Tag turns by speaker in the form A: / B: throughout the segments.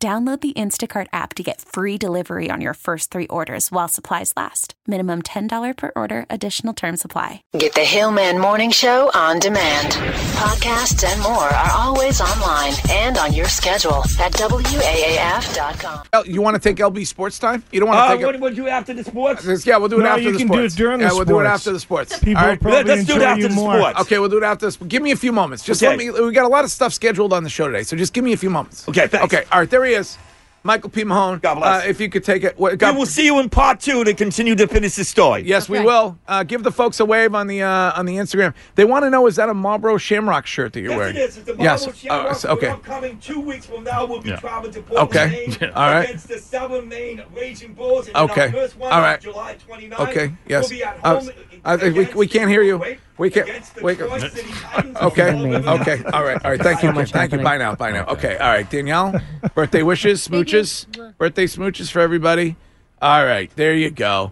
A: Download the Instacart app to get free delivery on your first three orders while supplies last. Minimum $10 per order, additional term supply.
B: Get the Hillman Morning Show on demand. Podcasts and more are always online and on your schedule at WAAF.com.
C: L- You want to take LB sports time? You don't want to
D: Uh,
C: take
D: what
C: it.
D: would you after the sports?
C: This- Yeah, we'll do it
E: No,
C: after
E: you
C: the
E: can do
C: sports.
E: it during the
C: yeah, we'll do it
E: sports.
C: after the sports.
E: People
C: All
E: will
C: right.
E: probably
D: Let's do it
E: enjoy
D: after
E: you
D: the
E: more.
D: sports.
C: Okay, we'll do it after this. Give me a few moments. Just
D: Okay.
C: let me. We got a lot of stuff scheduled on the show today, so just give me a few moments.
D: Okay, thanks.
C: Okay, all right. There he is, Michael P. Mahone.
D: God bless.
C: Uh, if you could take it. What,
D: We
C: God,
D: will see you in part two to continue to finish the story.
C: Yes, we will. Uh, give the folks a wave on the uh, on the Instagram. They want to know: Is that a Marlboro Shamrock shirt that you're
D: Yes,
C: wearing?
D: it is. It's the Marvel
C: yes.
D: Shamrock.
C: Uh, so- okay.
D: Upcoming two weeks from now, we'll be
E: Yeah.
D: traveling to Portland,
C: Okay.
D: Maine
C: All right.
D: against the Southern Maine Raging Bulls. And
C: Okay.
D: Our first one
C: All
D: on
C: right.
D: July 29th.
C: Okay. Yes.
D: We'll be at
C: Uh,
D: home.
C: uh, we-
D: against
C: we can't hear you.
D: Wait,
C: We can't-
D: Against the
C: wait.
D: Troy City Titans.
C: Okay.
D: We'll be
C: Okay. All right. All right. Thank you. Thank you. Bye now. Bye now. Okay. All right. Danielle, birthday wishes, smooches, birthday smooches for everybody. All right. There you go.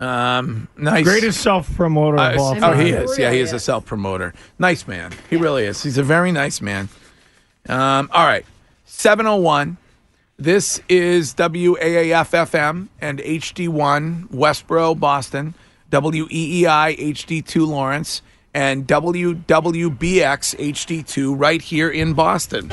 C: Um, nice.
E: Greatest self promoter
C: Uh,
E: of all
C: oh,
E: time.
C: he is. Yeah, he is a self promoter. Nice man. He really is. He's a very nice man. Um, all right. 701. This is WAAF FM and HD1 Westboro, Boston, E WEEI HD2 Lawrence, and WWBX HD2 right here in Boston.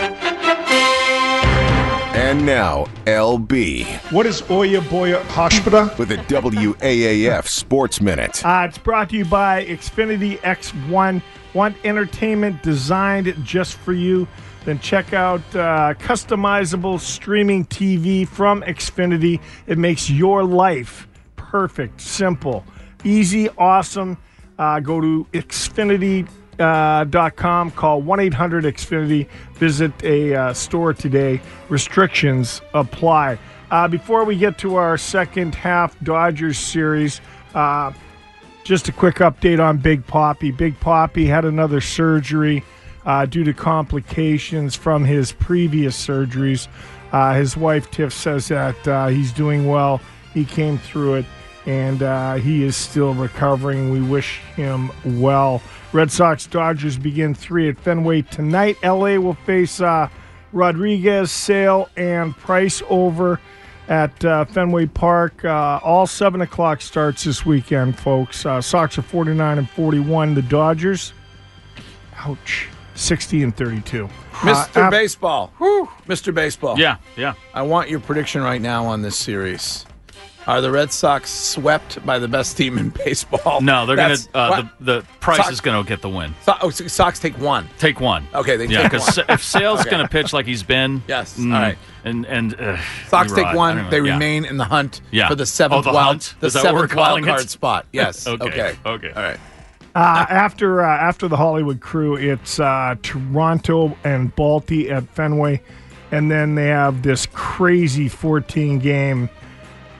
F: And now, LB
E: What is Oya Boya Hospital?
F: with the WAAF Sports Minute.
E: Uh, it's brought to you by Xfinity X1. Want entertainment designed just for you? Then check out uh, customizable streaming TV from Xfinity. It makes your life perfect, simple, easy, awesome. Uh, go to Xfinity uh, dot com. Call 1 800 Xfinity. Visit a uh, store today. Restrictions apply. Uh, before we get to our second half Dodgers series, uh, just a quick update on Big Poppy. Big Poppy had another surgery uh, due to complications from his previous surgeries. Uh, his wife Tiff says that uh, he's doing well. He came through it, and uh, he is still recovering. We wish him well. Red Sox Dodgers begin three at Fenway tonight. LA will face uh, Rodriguez, Sale, and Price over at uh, Fenway Park. Uh, all 7 o'clock starts this weekend, folks. Uh, Sox are 49 and 41. The Dodgers, ouch, 60 and 32.
C: Mr.
E: Uh, af-
C: Baseball. Mr. Baseball.
G: Yeah, yeah.
C: I want your prediction right now on this series. Are the Red Sox swept by the best team in baseball?
G: No, they're
C: That's-
G: gonna. Uh,
C: what?
G: the, the price
C: Sox-
G: is gonna get the win.
C: So- oh, so Sox take one.
G: Take one.
C: Okay, they
G: yeah,
C: take
G: because
C: one.
G: if Sale's
C: Okay.
G: gonna pitch like he's been, mm,
C: Yes, all right.
G: And and uh,
C: Sox
G: Erod, I
C: take one.
G: don't know,
C: They
G: yeah.
C: remain in the hunt
G: Yeah.
C: for the seventh
G: Oh, the
C: wild,
G: hunt?
C: the
G: Is that what
C: seventh
G: we're
C: wild
G: calling
C: card
G: it?
C: spot. Yes.
G: Okay,
C: Okay.
G: okay.
C: All right.
E: Uh, after uh, after the Hollywood crew, it's uh, Toronto and Balti at Fenway, and then they have this crazy 14 game.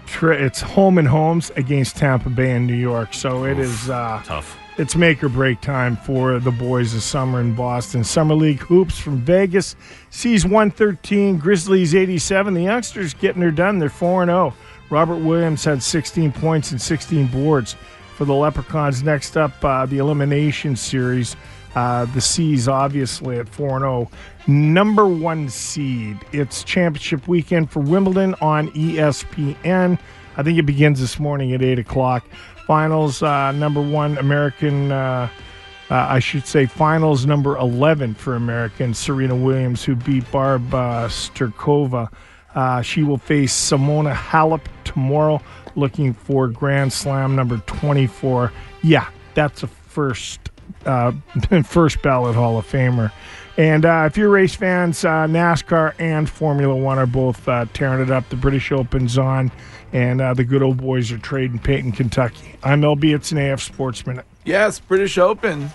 E: Tri- it's home and homes against Tampa Bay and New York, so it is uh,
G: Tough.
E: It's make or break time for the boys this summer in Boston. Summer League hoops from Vegas sees 113, Grizzlies 87. The youngsters getting her done. They're 4 0. Robert Williams had 16 points and 16 boards for the Leprechauns. Next up, uh, the elimination series. Uh, the Seas, obviously, at 4 0. Number one seed. It's championship weekend for Wimbledon on E ESPN. I think it begins this morning at 8 o'clock. Finals, uh, number one American, uh, uh, I should say, finals number 11 for American Serena Williams, who beat Barb uh, Sterkova. Uh, she will face Simona Halep tomorrow, looking for Grand Slam number 24. Yeah, that's a first uh, first ballot Hall of Famer. And uh, if you're race fans, uh, NASCAR and Formula One are both uh, tearing it up. The British Open's on, and uh, the good old boys are trading Peyton, Kentucky. I'm LB. It's an AF Sports Minute.
C: Yes. British Open.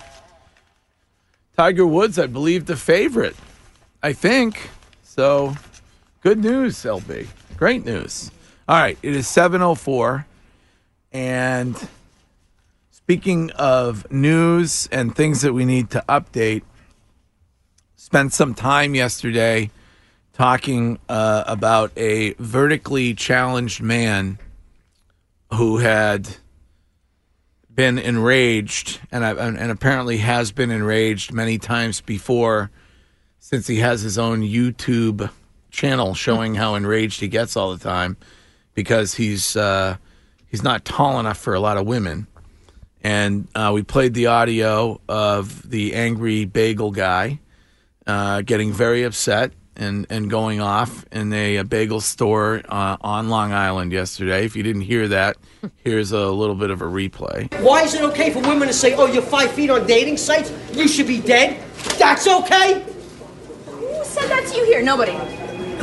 C: Tiger Woods, I believe, the favorite. I think so. Good news, LB. Great news. All right, it is 7:04 and speaking of news and things that we need to update, spent some time yesterday talking uh, about a vertically challenged man who had been enraged and I, and and apparently has been enraged many times before since he has his own YouTube channel showing how enraged he gets all the time because he's uh, he's not tall enough for a lot of women. And uh, we played the audio of the angry bagel guy uh, getting very upset and, and going off in a, a bagel store uh, on Long Island yesterday. If you didn't hear that, here's a little bit of a replay.
H: Why is it okay for women to say, oh, you're five feet on dating sites? You should be dead? That's okay?
I: Who said that to you here? Nobody.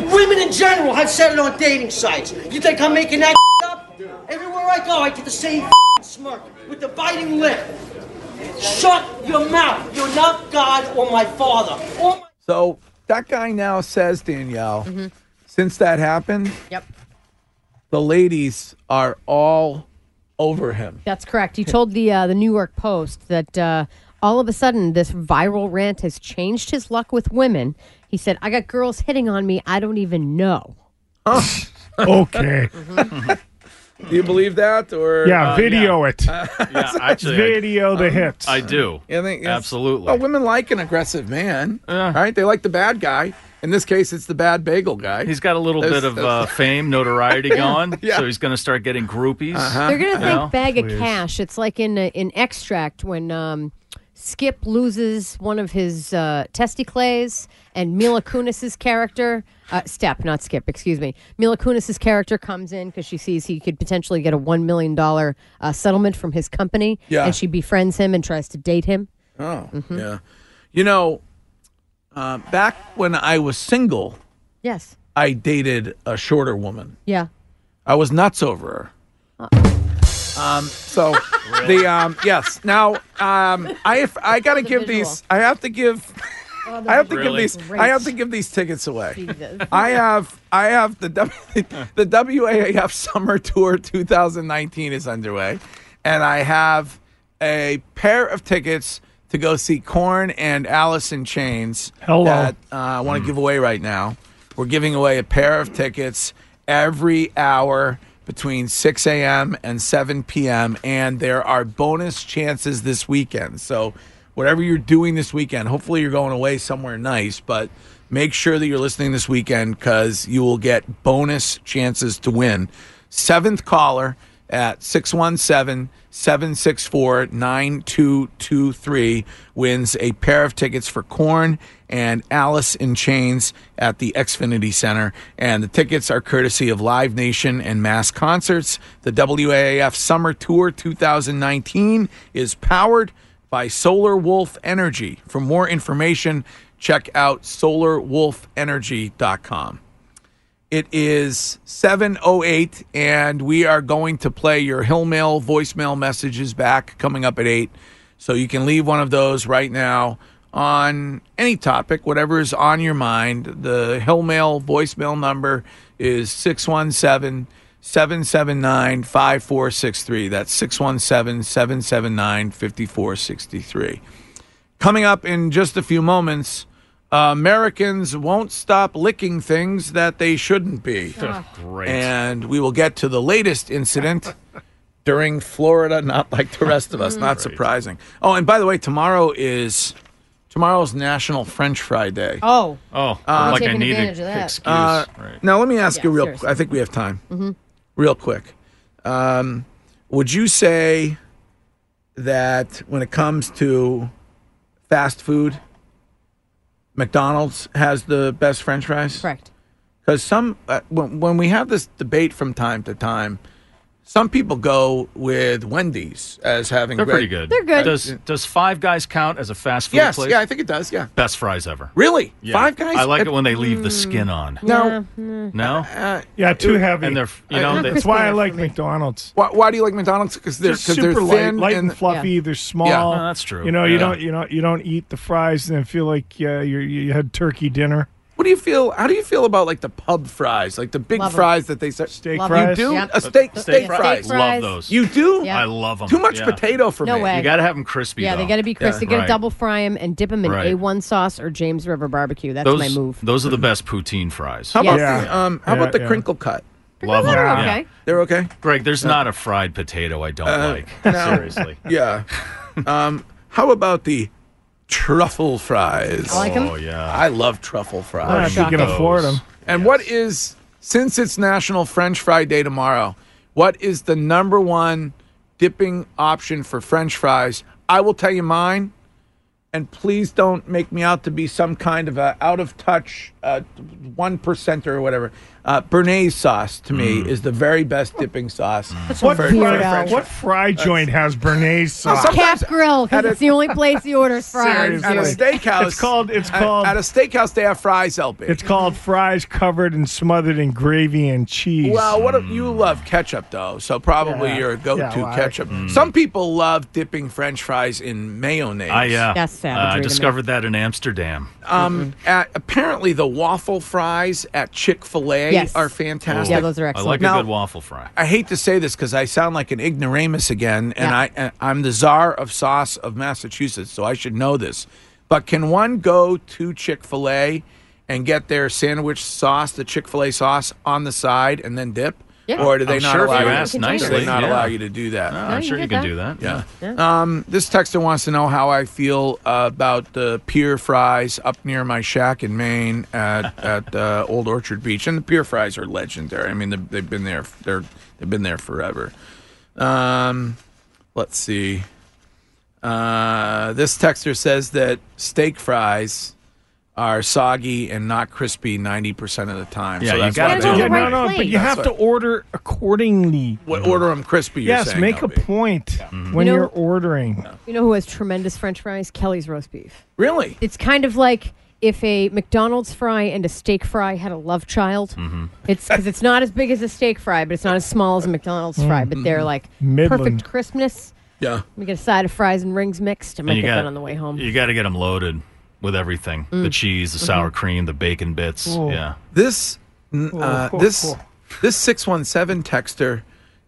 H: Women in general have said it on dating sites. You think I'm making that up? Everywhere I go, I get the same smirk with the biting lip. Shut your mouth. You're not God or my father. Or my-
C: So that guy now says, Danielle, since that happened,
J: Mm-hmm. Yep.
C: the ladies are all over him.
J: That's correct. You told the uh, the New York Post that uh, all of a sudden this viral rant has changed his luck with women. He said, "I got girls hitting on me. I don't even know."
E: Okay.
C: Do you believe that, or
E: Yeah, video it.
C: Uh,
G: Yeah, actually, I,
E: video the hits.
G: um, I do.
C: I think it's-
G: Absolutely.
C: Well, women like an aggressive man, right? They like the bad guy. In this case, it's the bad bagel guy.
G: He's got a little
C: That's-
G: bit of uh,
C: that's-
G: fame, notoriety going,
C: Yeah. Uh-huh.
G: so he's going to start getting groupies.
J: They're gonna think
G: know?
J: bag of cash. It's like in uh, in extract when um, Skip loses one of his uh, testicles, and Mila Kunis's character, uh, Step, not Skip, excuse me, Mila Kunis's character comes in because she sees he could potentially get a one million dollar uh, settlement from his company,
C: Yeah.
J: and she befriends him and tries to date him.
C: oh,
J: Mm-hmm.
C: yeah. You know, uh, back when I was single,
J: Yes.
C: I dated a shorter woman.
J: Yeah. Uh.
C: I was nuts over her. Um, so the um, yes. Now um, I have, I gotta
J: The
C: give
J: visual. Oh,
C: these. I have to give. I have to
G: Really?
C: give these. I have to give these tickets away.
J: Jesus.
C: I have I have the w, the WAAF Summer Tour 2019 is underway, and I have a pair of tickets to go see Corn and Alice in Chains.
E: Hello.
C: That uh, I want to give away right now. We're giving away a pair of tickets every hour between 6 a.m. and 7 p.m. And there are bonus chances this weekend. So whatever you're doing this weekend, hopefully you're going away somewhere nice, but make sure that you're listening this weekend because you will get bonus chances to win. Seventh caller at 617 764 9223 wins a pair of tickets for Corn and Alice in Chains at the Xfinity Center. And the tickets are courtesy of Live Nation and Mass Concerts. The WAAF Summer Tour 2019 is powered by Solar Wolf Energy. For more information, check out solarwolfenergy.com. It is 708 and we are going to play your Hill Mail voicemail messages back coming up at 8. So you can leave one of those right now on any topic, whatever is on your mind. The Hill Mail voicemail number is 617 779 5463. That's 617 779 5463. Coming up in just a few moments, Americans won't stop licking things that they shouldn't be.
G: Great.
C: And we will get to the latest incident during Florida, not like the rest of us. Not surprising. Oh, and by the way, tomorrow is tomorrow's National French Fry Day.
J: Oh.
G: oh, like I
J: taking
G: need an
J: advantage of that.
G: excuse.
C: Uh,
G: right.
C: Now, let me ask
J: Yeah,
C: you real.
J: seriously. Mm-hmm.
C: I think we have time. Real quick, um, would you say that when it comes to fast food, McDonald's has the best French fries?
J: Correct.
C: because some uh, when, when we have this debate from time to time some people go with wendy's as having
G: They're
C: great-
G: pretty good.
J: They're good.
G: Does does Five Guys count as a fast food
C: yes
G: place?
C: yeah i think it does yeah
G: Best fries ever.
C: really
G: Yeah.
C: five guys
G: I like it when they leave the skin
J: Mm.
G: on.
C: now
G: No,
C: uh,
E: yeah, too heavy.
G: and they're you know they,
E: That's why I like McDonald's.
C: why, why do you like mcdonald's because they're,
E: They're
C: 'cause they're
E: super
C: thin
E: light, light
C: and
E: and fluffy. They're small.
C: Yeah. No,
G: that's true.
E: You know, you
G: Yeah.
E: don't, you know, you don't eat the fries and then feel like uh, you you had turkey dinner.
C: What do you feel? How do you feel about like the pub fries, like the big
J: Love 'em.
C: fries that they serve? Steak
J: Love 'em.
C: You do
J: Yep.
C: a steak,
J: Steak
C: steak,
J: fries.
C: fries.
J: Steak fries. Love
G: those.
C: You do?
J: Yeah.
G: I love them.
C: Too much potato for
J: No
C: me.
J: way.
G: You got to have them crispy.
J: yeah, they
G: though.
J: got to be crispy. Got to
G: Right.
J: double fry them and dip them in
G: Right.
J: A1 sauce or James River barbecue. That's
G: those,
J: my move.
G: Those are the best poutine fries.
C: How about
J: Yeah.
C: the um? How
G: Yeah,
C: about the
G: yeah.
C: crinkle cut?
G: Love them.
J: Those are
G: Yeah.
J: okay.
C: They're okay.
G: Greg, there's not a fried potato I don't
C: Uh,
G: like.
C: no.
G: Seriously.
C: Yeah. um. How about the truffle fries?
G: I like 'em. Oh, yeah.
C: I love truffle fries.
E: Yeah, if you can afford them.
C: And what is since it's National French Fry Day tomorrow? What is the number one dipping option for French fries? I will tell you mine, and please don't make me out to be some kind of a out of touch uh, one percenter or whatever. Uh, Bernaise sauce to me is the very best dipping sauce.
E: What
C: for- for
E: fry,
C: French
E: what fry joint has Bernaise sauce?
C: some-
J: Cap Grill, because
C: At a-
J: it's the only place he orders fries.
C: At a
E: Seriously.
C: steakhouse,
E: It's called- it's
C: at-
E: called-
C: At, a steakhouse, they have fries helping.
E: It's called fries covered and smothered in gravy and cheese.
C: Well, what if you love ketchup though? So probably
E: Yeah.
C: your go-to
E: Yeah, well, I- Mm.
C: ketchup. Some people love dipping French fries in mayonnaise.
G: I, uh,
J: That's savage
G: uh,
J: right
G: I
J: in
G: discovered that in Amsterdam.
C: um,
E: Mm-hmm.
C: at, apparently the waffle fries at Chick Fil A
J: Yes.
C: are fantastic.
J: Yeah, those are
G: I
J: excellent.
G: like
C: Now- uh,
G: a good waffle fry.
C: I hate to say this because I sound like an ignoramus again, and
J: Yeah.
C: I and I'm the czar of sauce of Massachusetts, so I should know this. But can one go to Chick Fil A and get their sandwich sauce, the Chick Fil A sauce, on the side and then dip?
J: Yeah.
C: Or do they
G: I'm
C: not
G: sure if
C: allow
G: you
C: you?
G: ask
C: do
G: nicely,
C: they not
G: yeah.
C: allow you to do that?
G: Uh,
J: No,
G: I'm
J: you
G: sure you
J: get
G: can do that.
C: Yeah. Um, this texter wants to know how I feel uh, about the pier fries up near my shack in Maine at at uh, Old Orchard Beach, and the pier fries are legendary. I mean, the- they've been there. They're they've been there forever. Um, let's see. Uh, this texter says that steak fries are soggy and not crispy ninety percent of the time.
G: Yeah,
C: so
G: you
C: that's
G: gotta
C: why
G: do
C: they-
E: Yeah,
G: it
E: no,
J: right.
E: no, but you
J: That's
E: have to order accordingly.
C: What order them crispy? You're
E: yes,
C: saying,
E: make a
C: LB.
E: point when
J: You know-
E: you're ordering.
J: You know who has tremendous French fries? Kelly's roast beef.
C: Really?
J: It's kind of like if a McDonald's fry and a steak fry had a love child. It's because it's not as big as a steak fry, but it's not as small as a McDonald's fry. But they're like
E: Midland.
J: perfect crispness.
C: Yeah.
J: We get a side of fries and rings mixed. I might
G: And you
J: get
G: got
J: that on the way home. Mm. Mm-hmm.
G: You got to get them loaded with everything: the cheese, the sour cream, the bacon bits. Yeah.
C: This n- uh,
E: cool,
C: this
E: cool.
C: this six one seven texter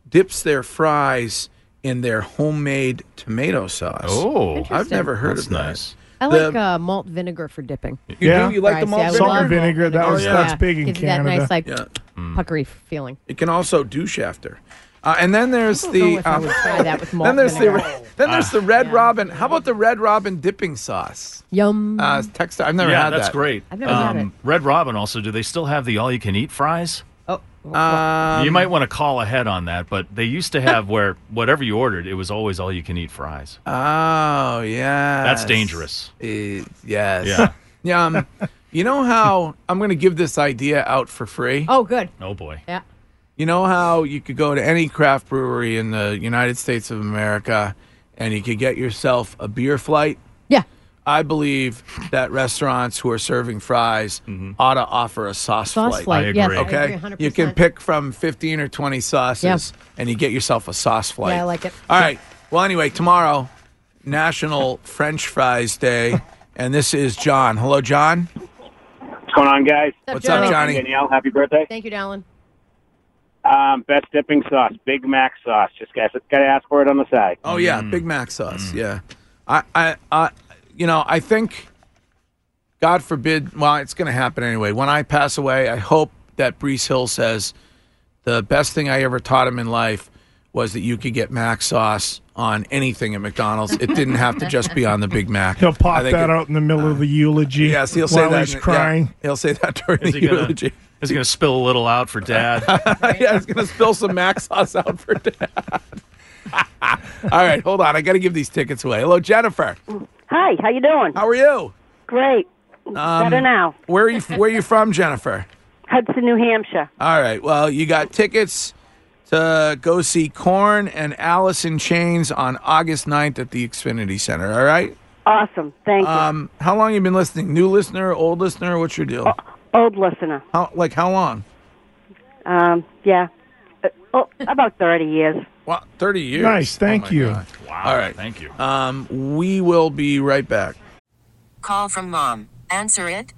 C: dips their fries in their homemade tomato sauce.
G: Oh,
C: I've
J: Interesting.
C: never heard
G: that's
C: of that.
G: nice.
J: I
C: the-
J: like uh, malt vinegar for dipping.
C: You
E: Yeah.
C: do? You like the
J: Fries, yeah,
C: malt
J: I
E: Salt
J: love
E: and
C: vinegar?
J: malt
E: vinegar, that was- that's big in
J: Gives you that
E: Canada.
J: nice like
C: Yeah.
J: puckery feeling.
C: It can also douche after. Uh, and then there's the um, uh,
J: if I would try that with malt
C: then there's the
J: vinegar.
C: re- then there's the red robin. How about the red robin dipping sauce?
J: Yum.
C: Uh, texter, I've never
G: yeah,
C: had
G: that's
C: that.
G: great. Um,
J: I've never had it.
G: Red Robin also. Do they still have the all-you-can-eat fries?
J: oh,
C: Um,
G: you might want to call ahead on that, but they used to have where whatever you ordered, it was always all-you-can-eat fries.
C: Oh yeah,
G: That's dangerous.
C: yes.
G: Yeah.
C: yeah. Um, you know how I'm going to give this idea out for free.
J: oh, good.
G: Oh boy.
J: Yeah.
C: You know how you could go to any craft brewery in the United States of America and you could get yourself a beer flight?
J: Yeah.
C: I believe that restaurants who are serving fries ought to offer a sauce,
J: Sauce
C: flight.
J: flight.
G: I
J: Yes,
G: agree.
J: I
C: Okay,
J: agree 100%.
C: you can pick from fifteen or twenty sauces, and you get yourself a sauce flight.
J: I like it.
C: All right. Well, anyway, tomorrow, National French Fries Day, and this is John. Hello, John.
K: What's going on, guys?
C: What's up,
J: Johnny?
C: Johnny?
K: Danielle, happy birthday.
J: Thank you, Dallin.
K: Um, best dipping sauce, Big Mac sauce. Just got to ask for it on the side.
C: Oh yeah,
E: Mm.
C: Big Mac sauce. Yeah, I, I, I, you know, I think, God forbid. Well, it's going to happen anyway. When I pass away, I hope that Brees Hill says the best thing I ever taught him in life was that you could get Mac sauce on anything at McDonald's. It didn't have to just be on the Big Mac.
E: He'll
C: I
E: pop
C: think
E: that
C: it-
E: out in the middle of the eulogy.
C: Yes, he'll say
E: while
C: that.
E: he's
C: in- yeah,
E: crying.
C: he'll say that during
G: Is
C: the
G: he gonna,
C: eulogy.
G: is he gonna spill a little out for dad?
C: yeah, he's gonna spill some Mac sauce out for dad. All right, hold on. I got to give these tickets away. Hello, Jennifer.
L: Hi, how you doing?
C: How are you?
L: Great. Better now.
C: Where are you where are you from, Jennifer?
L: Hudson, New Hampshire.
C: All right. Well, you got tickets to go see Corn and Alice in Chains on August 9th at the Xfinity Center, all right?
L: Awesome. Thank
C: Um how long you been listening? New listener, old listener, what's your deal?
L: Oh, you. Old listener.
C: How like how long?
L: Um, yeah. Uh, oh, about 30 years.
C: Well, 30 years.
E: Nice, thank
C: oh my
E: you.
C: God.
G: wow.
C: All right.
G: Thank you.
C: Um we will be right back.
B: Call from mom. Answer it.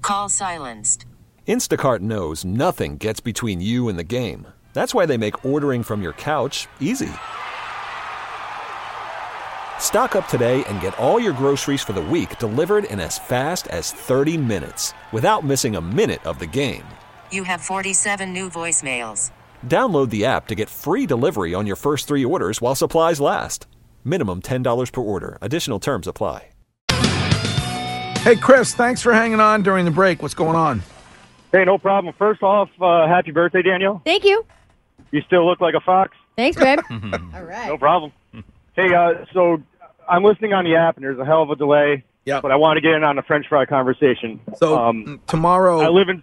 B: Call silenced.
M: Instacart knows nothing gets between you and the game. That's why they make ordering from your couch easy. Stock up today and get all your groceries for the week delivered in as fast as 30 minutes without missing a minute of the game.
B: You have 47 new voicemails.
M: Download the app to get free delivery on your first three orders while supplies last. Minimum $10 per order. Additional terms apply.
C: Hey, Chris, thanks for hanging on during the break. What's going on?
N: Hey, no problem. First off, uh, happy birthday, Daniel.
J: Thank you.
N: You still look like a fox.
J: Thanks, babe.
N: All right. No problem. Hey, uh, so I'm listening on the app, and there's a hell of a delay.
C: Yeah.
N: But I want to get in on the French fry conversation.
C: So
N: um,
C: tomorrow,
N: I live in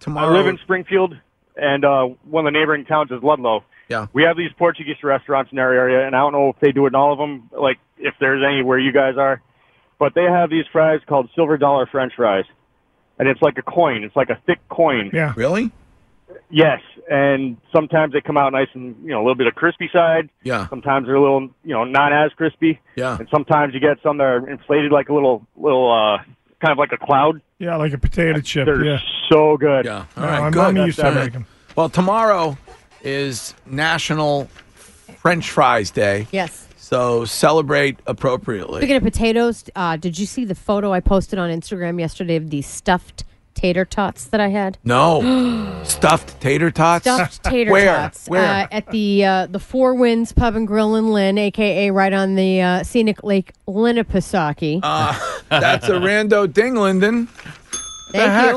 C: tomorrow,
N: I live in Springfield, and uh, one of the neighboring towns is Ludlow.
C: Yeah.
N: We have these Portuguese restaurants in our area, and I don't know if they do it in all of them, like if there's any where you guys are, but they have these fries called silver dollar French fries, and it's like a coin. It's like a thick coin.
E: Yeah.
C: Really?
N: Yes, and sometimes they come out nice and you know a little bit of crispy side.
C: Yeah.
N: Sometimes they're a little you know not as crispy.
C: Yeah.
N: And sometimes you get some that are inflated like a little little uh kind of like a cloud.
E: Yeah, like a potato chip.
N: They're
E: yeah.
N: so good.
C: Yeah. All
E: No,
C: right,
E: my
C: good.
E: mommy used to
C: All right.
E: make 'em.
C: Well, tomorrow is National French Fries Day.
J: Yes.
C: So celebrate appropriately.
J: Speaking of potatoes, uh, did you see the photo I posted on Instagram yesterday of the stuffed tater tots that I had?
C: No. Stuffed tater tots?
J: Stuffed tater
C: Where?
J: tots
C: Where?
J: Uh, at the uh, the Four Winds Pub and Grill in Lynn, aka right on the uh, scenic Lake Lenapisaki.
C: Uh, that's a rando ding, Linden. The
J: Thank
C: heck?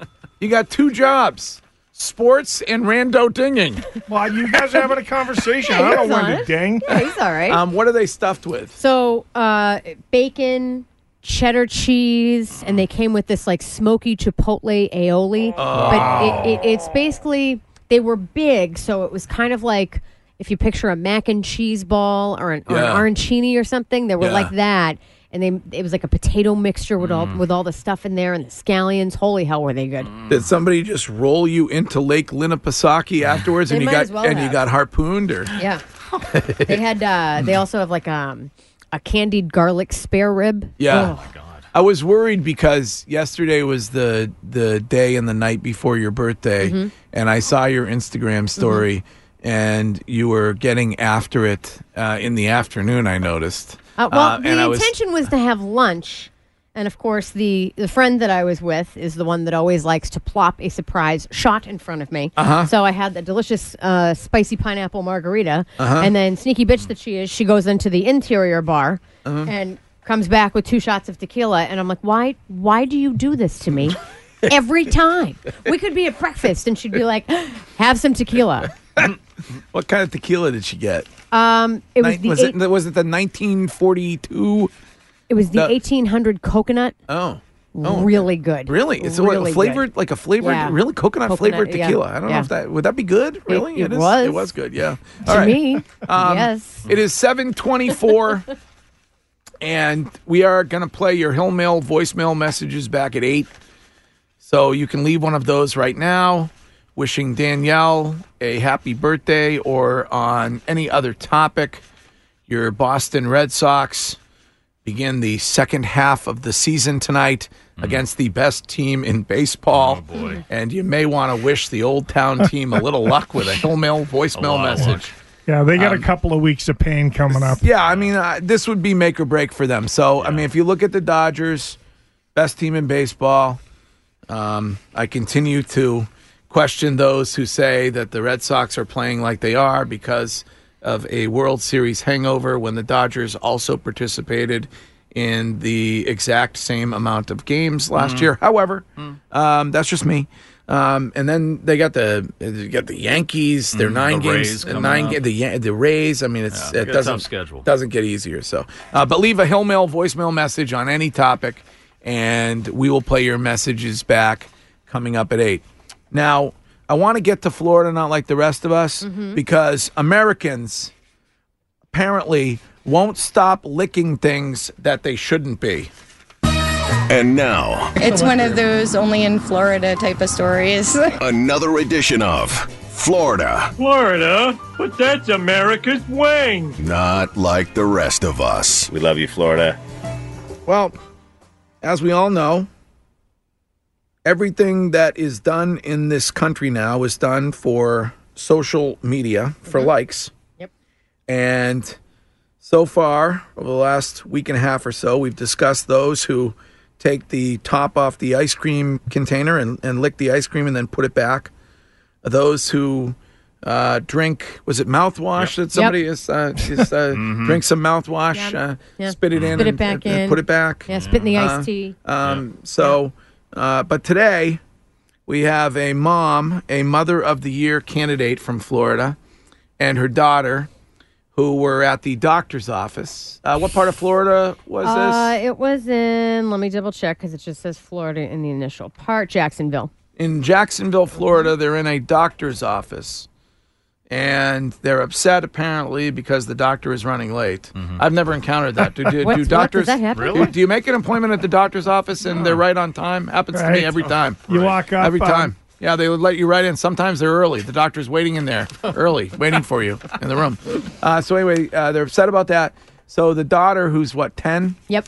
J: you.
C: You got two jobs sports and rando dinging.
E: Well, you guys are having a conversation.
J: Yeah,
E: I don't
J: he
E: know
J: was
E: when to
J: honest.
E: ding.
J: Yeah, he's all right.
C: Um, what are they stuffed with?
J: So uh, bacon, cheddar cheese, and they came with this like smoky chipotle aioli.
C: Oh.
J: But it, it, it's basically they were big, so it was kind of like if you picture a mac and cheese ball or an, or
O: Yeah.
J: an arancini or something. They were
O: Yeah.
J: like that. And they, it was like a potato mixture with all with all the stuff in there and the scallions. Holy hell, were they good!
C: Did somebody just roll you into Lake Linnapasaki afterwards,
J: They
C: and you
J: might
C: got
J: as well
C: and you
J: have.
C: got harpooned, or
J: Yeah, they had. Uh, they also have like um, a candied garlic spare rib.
C: Yeah.
J: Oh.
C: I was worried because yesterday was the the day and the night before your birthday,
J: Mhm.
C: and I saw your
J: Mm-hmm.
C: Instagram story, and you were getting after it uh, in the afternoon. I noticed.
J: Uh, well,
C: Uh,
J: the
C: and I was-
J: intention was to have lunch, and of course, the the friend that I was with is the one that always likes to plop a surprise shot in front of me.
O: Uh-huh.
J: So I had the delicious uh, spicy pineapple margarita,
O: Uh-huh.
J: and then sneaky bitch that she is, she goes into the interior bar and comes back with two shots of tequila, and I'm like, why why do you do this to me? Every time we could be at breakfast, and she'd be like, "Have some tequila."
C: what kind of tequila did she get?
J: Um, it was
C: Nin-
J: the
C: was,
J: eight,
C: it was it the 1942?
J: it was the
C: the-
J: 1800 coconut.
C: Oh, oh,
J: really good.
C: Really? It's what,
J: Really
C: a flavored,
J: good.
C: like a flavored,
J: Yeah.
C: really coconut,
J: Coconut,
C: flavored
J: yeah.
C: tequila. I don't know
J: Yeah.
C: if that would that be good. Really,
J: it
C: is-
J: was.
C: It was good. Yeah.
J: To me,
C: Um,
J: yes.
C: It is seven twenty-four, and we are going to play your Hill Mail voicemail messages back at eight. So you can leave one of those right now, wishing Danielle a happy birthday or on any other topic. Your Boston Red Sox begin the second half of the season tonight against the best team in baseball. Mm-hmm. Oh, boy. And you may want to wish the Old Town team a little luck with a Hill Mail voicemail message.
E: Yeah, they got a couple of weeks of pain coming up.
C: Um, Yeah, I mean, uh, this would be make or break for them. So, I mean, if you look at the Dodgers, best team in baseball, um, I continue to question those who say that the Red Sox are playing like they are because of a World Series hangover when the Dodgers also participated in the exact same amount of games last
G: Mm.
P: Mhm.
C: year. However, um, that's just me. Um, and then they got the they got the Yankees. They're
G: Mhm,
C: nine
G: the Rays
C: games, uh,
G: coming
C: nine
G: up.
C: ga- the Yan- the Rays. I mean, it's
G: Yeah, they
C: it
G: got a
C: doesn't
G: tough schedule.
C: doesn't get easier. So, uh, but leave a Hill Mail voicemail message on any topic, and we will play your messages back coming up at eight. Now, I want to get to Florida, not like the rest of us, because Americans apparently won't stop licking things that they shouldn't be.
F: And now,
Q: It's one of those only in Florida type of stories.
F: another edition of Florida,
D: Florida, but that's America's wing.
F: not like the rest of us. We love you, Florida.
C: Well, as we all know, everything that is done in this country now is done for social media for likes.
J: Mm-hmm. Yep.
C: And so far, over the last week and a half or so, we've discussed those who take the top off the ice cream container and, and lick the ice cream and then put it back. Those who uh, drink, was it mouthwash that somebody
J: Yep.
C: is, uh, is uh, drink some mouthwash, uh,
J: Yeah.
C: spit it in,
J: Spit it
C: and-
J: back
C: and- and
J: in.
C: put it back.
J: Yeah, spit in the iced
C: Uh,
J: tea.
C: Um, So, uh, but today we have a mom, a mother of the year candidate from Florida, and her daughter, who were at the doctor's office. Uh, what part of Florida was
J: uh,
C: this?
J: It was in, let me double check because it just says Florida in the initial part, Jacksonville.
C: In Jacksonville, Florida, they're in a doctor's office. And they're upset apparently because the doctor is running late. I've never encountered that. Do, do,
J: What-
C: do
J: what, does
C: doctors
J: that happen?
C: Do, do you make an appointment at the doctor's office and they're right on time? Happens to
E: Right.
C: me every time.
E: You walk up
C: every
E: um,
C: time. yeah, they would let you right in. Sometimes they're early. The doctor's waiting in there early, waiting for you in the room. Uh, so anyway, uh, they're upset about that. So the daughter, who's what ten?
J: Yep.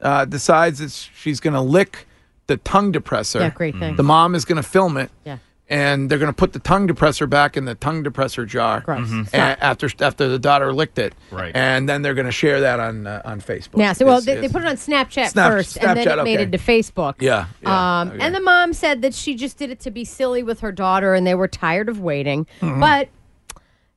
C: Uh, decides that she's going to lick the tongue depressor.
J: Yeah, great, thanks.
C: The mom is going to film it.
J: Yeah.
C: And they're going to put the tongue depressor back in the tongue depressor jar
E: Mm-hmm.
C: a-
J: Stop.
C: after after the daughter licked it.
G: Right.
C: And then they're going to share that on uh, on Facebook.
J: Yeah, so well,
C: It's-
J: they, they
C: it's-
J: put it on Snapchat
C: Snap-
J: first, and then
C: Snapchat,
J: it made
C: okay.
J: it to Facebook.
C: Yeah. yeah,
J: um,
C: okay.
J: And the mom said that she just did it to be silly with her daughter, and they were tired of waiting.
C: Mm-hmm.
J: But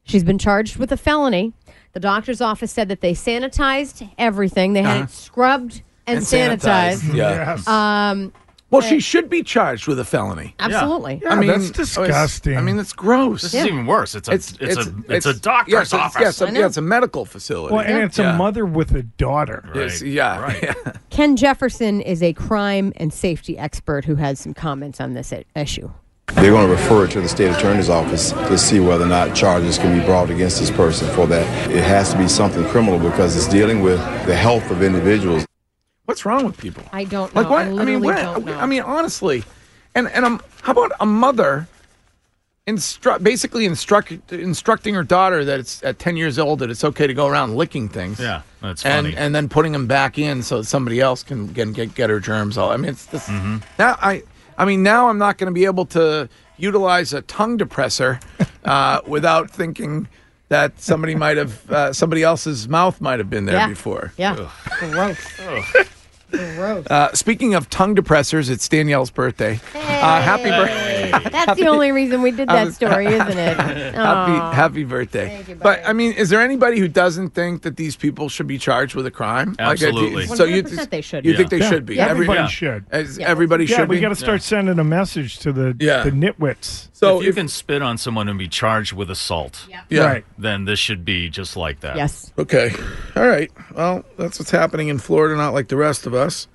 J: she's been charged with a felony. The doctor's office said that they sanitized everything. They had
C: Uh-huh.
J: it scrubbed and,
C: And sanitized,
J: sanitized.
C: yeah. Yes.
J: Um,
C: Well, she should be charged with a felony. oh,
J: Absolutely. Yeah,
E: that's
C: it's-
E: disgusting.
C: I mean, it's gross.
G: This is even worse. It's a it's, a it's, a doctor's
C: yes, it's-
G: office.
C: Yes, a, yeah, it's a medical facility.
E: Well, and it's a
C: Yeah.
E: mother with a daughter.
C: Yes, yeah, yeah.
J: Ken Jefferson is a crime and safety expert who has some comments on this i- issue.
O: They're going to refer it to the state attorney's office to see whether or not charges can be brought against this person for that. It has to be something criminal because it's dealing with the health of individuals.
C: What's wrong with people?
J: I don't know.
C: Like what?
J: I,
C: I, mean,
J: literally
C: what?
J: don't know.
C: I mean, honestly, and and um, how about a mother instruct basically instruct instructing her daughter that it's at ten years old that it's okay to go around licking things.
G: Yeah, that's
C: and
G: funny.
C: and then putting them back in so that somebody else can can get get her germs all. I mean, it's this
G: Mm-hmm.
C: now I I mean now I'm not going to be able to utilize a tongue depressor uh, without thinking. That somebody might have, uh, somebody else's mouth might have been there
J: yeah.
C: before.
J: Yeah. Gross. Gross.
C: Uh, speaking of tongue depressors, it's Danielle's birthday. Uh, happy birthday!
J: That's the only reason we did that story, isn't it? Um, Aw.
C: Um, happy, happy birthday! but I mean, is there anybody who doesn't think that these people should be charged with a crime? Like, uh, do-
G: Absolutely.
C: so you,
J: 100% they should
C: You
J: be.
C: think they
E: Yeah.
C: should be?
E: Yeah.
C: Every-
E: Everybody should.
C: As- Everybody
E: yeah,
C: should
E: we
C: be.
E: got to start sending a message to the,
C: Yeah.
E: the nitwits.
C: So
G: if you can spit on someone and be charged with assault,
C: Yeah. Right.
G: then this should be just like that.
J: Yes.
C: Okay. All right. Well, that's what's happening in Florida, not like the rest of us.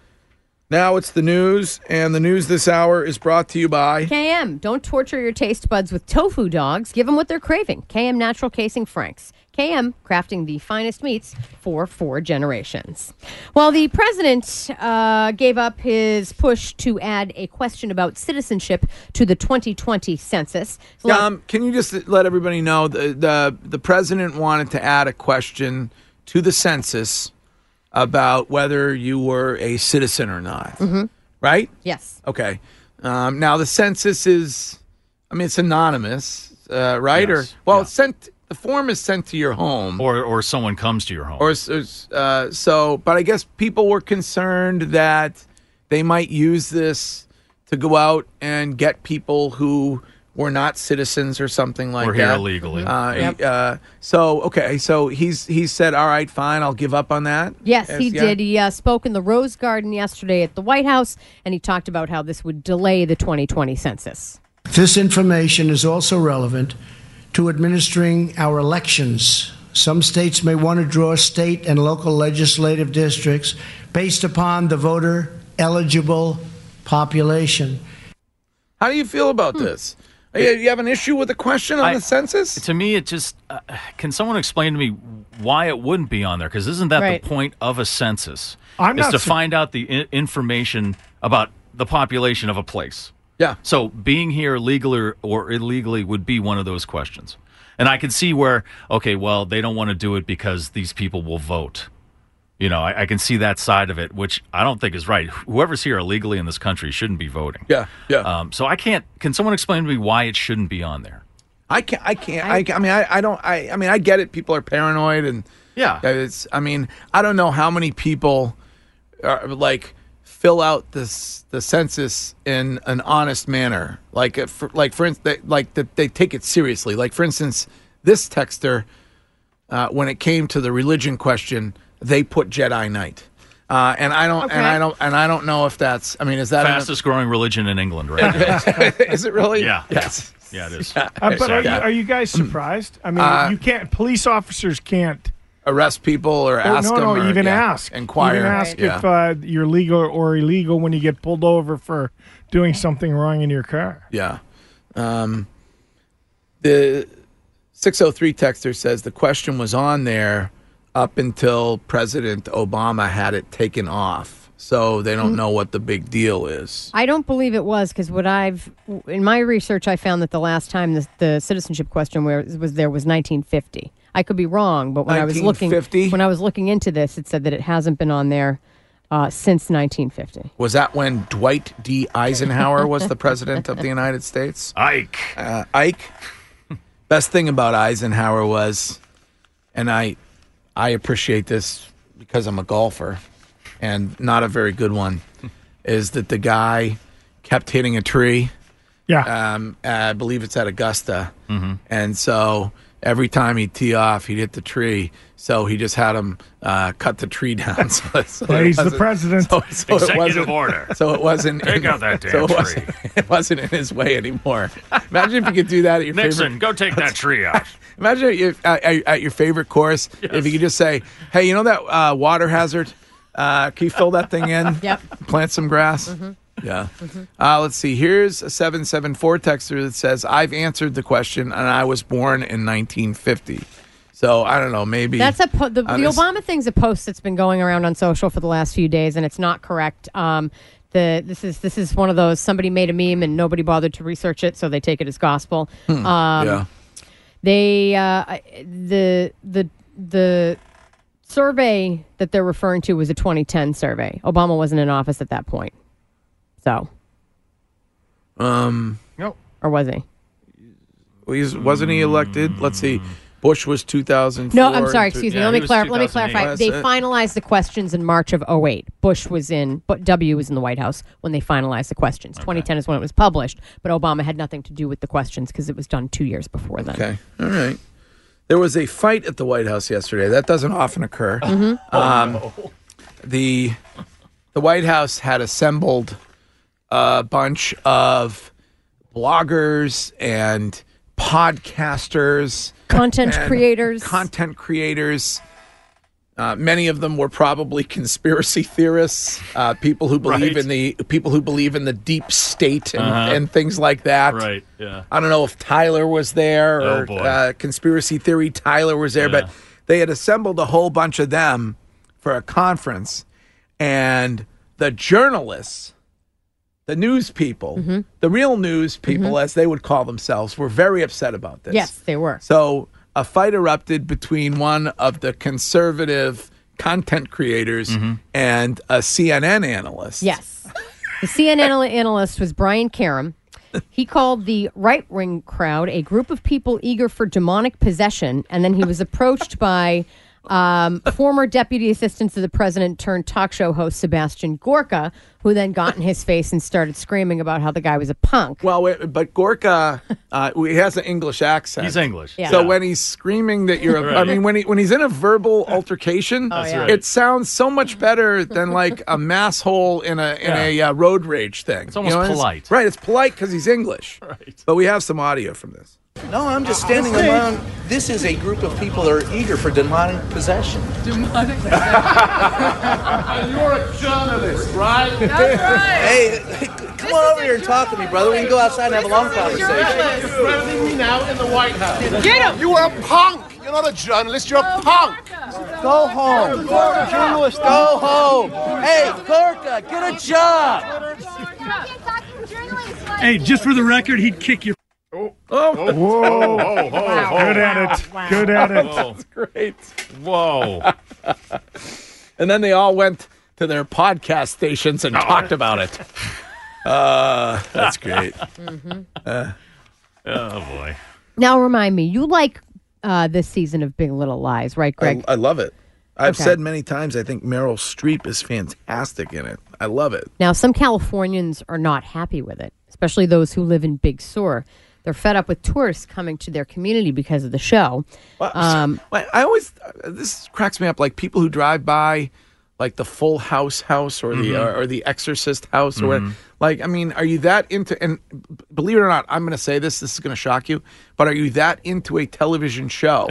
C: Now it's the news, and the news this hour is brought to you by.
J: KM, don't torture your taste buds with tofu dogs. Give them what they're craving. KM Natural Casing Franks. KM, crafting the finest meats for four generations. While the president uh, gave up his push to add a question about citizenship to the 2020 census,
C: Um, can you just let everybody know the, the the president wanted to add a question to the census about whether you were a citizen or not,
J: Mhm.
C: right?
J: Yes.
C: Okay. Um, now the census is, I mean, it's anonymous, uh, right?
G: Yes.
C: Or well, it's sent. The form is sent to your home,
G: or or someone comes to your home.
C: or s- or s- uh, so. But I guess people were concerned that they might use this to go out and get people who were not citizens or something like
G: Were
C: that.
G: here illegally.
C: Uh,
G: Yep.
C: uh, so okay, so he's he said, all right, fine, I'll give up on that.
J: Yes, he
C: yeah?
J: did. He uh, spoke in the Rose Garden yesterday at the White House, and he talked about how this would delay the 2020 census.
P: This information is also relevant to administering our elections. Some states may want to draw state and local legislative districts based upon the voter eligible population.
C: How do you feel about
J: Hmm.
C: this? Uh, You, you have an issue with the question on the census?
G: To me, it just uh, can someone explain to me why it wouldn't be on there? Because isn't that
E: Right.
G: the point of a census?
E: I'm
G: is
E: not
G: to
E: su-
G: find out the I- information about the population of a place.
C: Yeah.
G: So being here legally or, or illegally would be one of those questions. And I can see where okay, well, they don't want to do it because these people will vote. You know, I, I can see that side of it, which I don't think is right. Whoever's here illegally in this country shouldn't be voting.
C: Yeah, yeah.
G: Um, so I can't. Can someone explain to me why it shouldn't be on there?
C: I can't. I can't. I, I mean, I, I don't. I, I mean, I get it. People are paranoid, and
G: yeah,
C: it's. I mean, I don't know how many people, are, like, fill out this the census in an honest manner. Like, if, like for instance, like that they take it seriously. Like for instance, this texter, uh, when it came to the religion question, they put Jedi Knight. Uh, and I don't,
G: Okay.
C: and I don't, and I don't know if that's. I mean, is that an-
G: Fastest growing religion in England right now.
C: is it really?
G: Yeah.
C: Yes.
G: Yeah, it is.
E: Uh, but are
G: Sorry.
E: you, are you guys surprised? I mean,
C: Uh,
E: you can't. Police officers can't
C: Arrest people or
E: Oh,
C: ask
E: no,
C: them.
E: no,
C: or,
E: even
C: yeah,
E: ask,
C: Inquire.
E: even ask
C: yeah.
E: if uh, you're legal or illegal when you get pulled over for doing something wrong in your car.
C: Yeah. Um, the 603 texter says the question was on there up until President Obama had it taken off. So they
E: Mm-hmm.
C: don't
J: Mm.
C: know what the big deal is.
J: I don't believe it was because what I've in my research I found that the last time the, the citizenship question where was there was 1950. I could be wrong, but when I was looking
C: 1950?
J: when I was looking into this, it said that it hasn't been on there uh, since 1950.
C: Was that when Dwight D. Eisenhower was the president of the United States?
G: Ike.
C: Uh, Ike. Best thing about Eisenhower was, and I, I appreciate this because I'm a golfer, and not a very good one, is that the guy kept hitting a tree.
E: Yeah.
C: Um, I believe it's at Augusta, and so every time he'd tee off, he'd hit the tree. So he just had him uh, cut the tree down. So, so
E: Yeah,
C: it
E: he's the
C: wasn't-
E: president.
C: so- so it wasn't- So it wasn't.
G: Take
C: in-
G: out that
C: so it
G: damn
C: wasn't, it wasn't in his way anymore. Imagine if you could do that at your
G: Nixon,
C: favorite.
G: go take that tree out.
C: Imagine at your, at, at- at your favorite course if you could just say, "Hey, you know that uh, water hazard? Uh, can you fill that thing in?
J: Yep. Mm-hmm.
C: Plant some grass." Yeah. Uh, let's see. Here's a 774 texter that says, I've answered the question and I was born in 1950. So I don't know. Maybe.
J: That's a po- the, the
C: I'm just-
J: Obama thing's a post that's been going around on social for the last few days, and it's not correct. Um, the this is this is one of those somebody made a meme and nobody bothered to research it, so they take it as gospel.
R: Hmm,
J: Um,
R: yeah.
J: They uh, I- the the the survey that they're referring to was a 2010 survey. Obama wasn't in office at that point, so
C: Um,
G: Nope.
J: or was he?
C: he's- wasn't he elected? Let's see.
G: Mm.
C: Bush was 2004.
J: No, I'm sorry. Excuse me. Let me clarify. Let me clarify. They
C: That's it.
J: finalized the questions in March of 08. Bush was in, but W was in the White House when they finalized the questions. 2010 is when it was published, but Obama had nothing to do with the questions because it was done two years before then.
C: Okay. All right. There was a fight at the White House yesterday. That doesn't often occur.
J: Mhm.
G: Mm-hmm.
C: Um, The the White House had assembled a bunch of bloggers and podcasters,
J: Content
C: and
J: creators.
C: content creators. Uh, many of them were probably conspiracy theorists, uh, people who believe
G: Right.
C: in the people who believe in the deep state and,
G: Uh-huh.
C: and things like that.
G: Right. Yeah.
C: I don't know if Tyler was there
G: Oh,
C: or
G: boy.
C: uh, conspiracy theory Tyler was there, but they had assembled a whole bunch of them for a conference, and the journalists, the news people,
J: Mm-hmm.
C: the real news people, as they would call themselves, were very upset about this.
J: Yes, they were.
C: So a fight erupted between one of the conservative content creators
G: Mm-hmm.
C: and a CNN analyst.
J: Yes. The CNN anal- analyst was Brian Karam. He called the right wing crowd a group of people eager for demonic possession, and then he was approached by um, former deputy assistant to the president turned talk show host Sebastian Gorka, who then got in his face and started screaming about how the guy was a punk.
C: Well, wait, but Gorka, uh, he has an English accent.
G: He's English.
J: Yeah.
C: So
J: Yeah. Oh,
C: when he's screaming that you're, a I
G: Right.
C: mean, when he when he's in a verbal altercation,
G: That's yeah. right.
C: it sounds so much better than like a mass hole in a in a uh, road rage thing. It's
S: almost
G: polite.
C: right? It's polite because he's English. Right. But we have some audio from this.
S: No, Oh, I'm
T: Uh,
S: just standing around. This is a group of people that are eager for demonic possession.
T: Demonic.
S: You're a journalist, right?
T: That's right.
S: Hey, come on over here and talk to me, brother. We can go outside and have a long conversation.
T: You're threatening me now in the White House. Get him! Oh, You are a punk. You're not a journalist. You're a punk.
S: Go home. Journalist, go home. Hey, Gorka, get a job.
U: Hey, just for the record, he'd kick your. Oh,
C: oh,
U: whoa,
E: whoa, whoa. Good at it. Wow. Good at it.
C: That's great.
G: Whoa.
C: And then they all went to their podcast stations
G: Oh.
C: and talked about it. Uh, that's great. Uh,
G: oh boy.
J: Now remind me, you like uh, this season of Big Little Lies, right, Greg?
C: Oh, I, I love it. I've
J: Okay.
C: said many times I think Meryl Streep is fantastic in it. I love it.
J: Now, some Californians are not happy with it, especially those who live in Big Sur. They're fed up with tourists coming to their community because of the show. Um,
C: Why- I always uh, this cracks me up. Like people who drive by, like the Full House house or the uh,
G: Mhm.
C: or, or the Exorcist house or
G: Mhm.
C: whatever. Like, I mean, are you that into? And b- believe it or not, I'm going to say this. This is going to shock you, but are you that into a television show?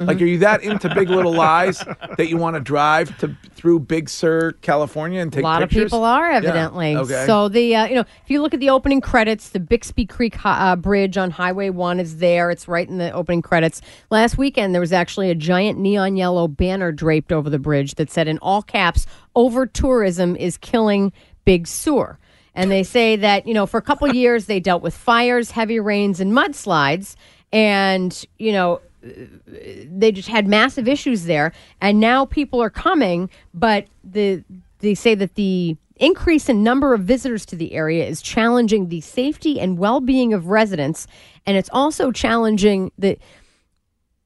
C: like, are you that into Big Little Lies that you want to drive to through Big Sur, California, and take
J: a lot of
C: pictures?
J: people are
C: Yeah.
J: evidently.
C: Okay.
J: So the uh, you know if you look at the opening credits, the Bixby Creek Hi- uh, Bridge on Highway One is there. It's right in the opening credits. Last weekend there was actually a giant neon yellow banner draped over the bridge that said in all caps, "Over tourism is killing Big Sur." And they say that you know for a couple years they dealt with fires, heavy rains, and mudslides, and you know they just had massive issues there and now people are coming but the they say that the increase in number of visitors to the area is challenging the safety and well-being of residents and it's also challenging the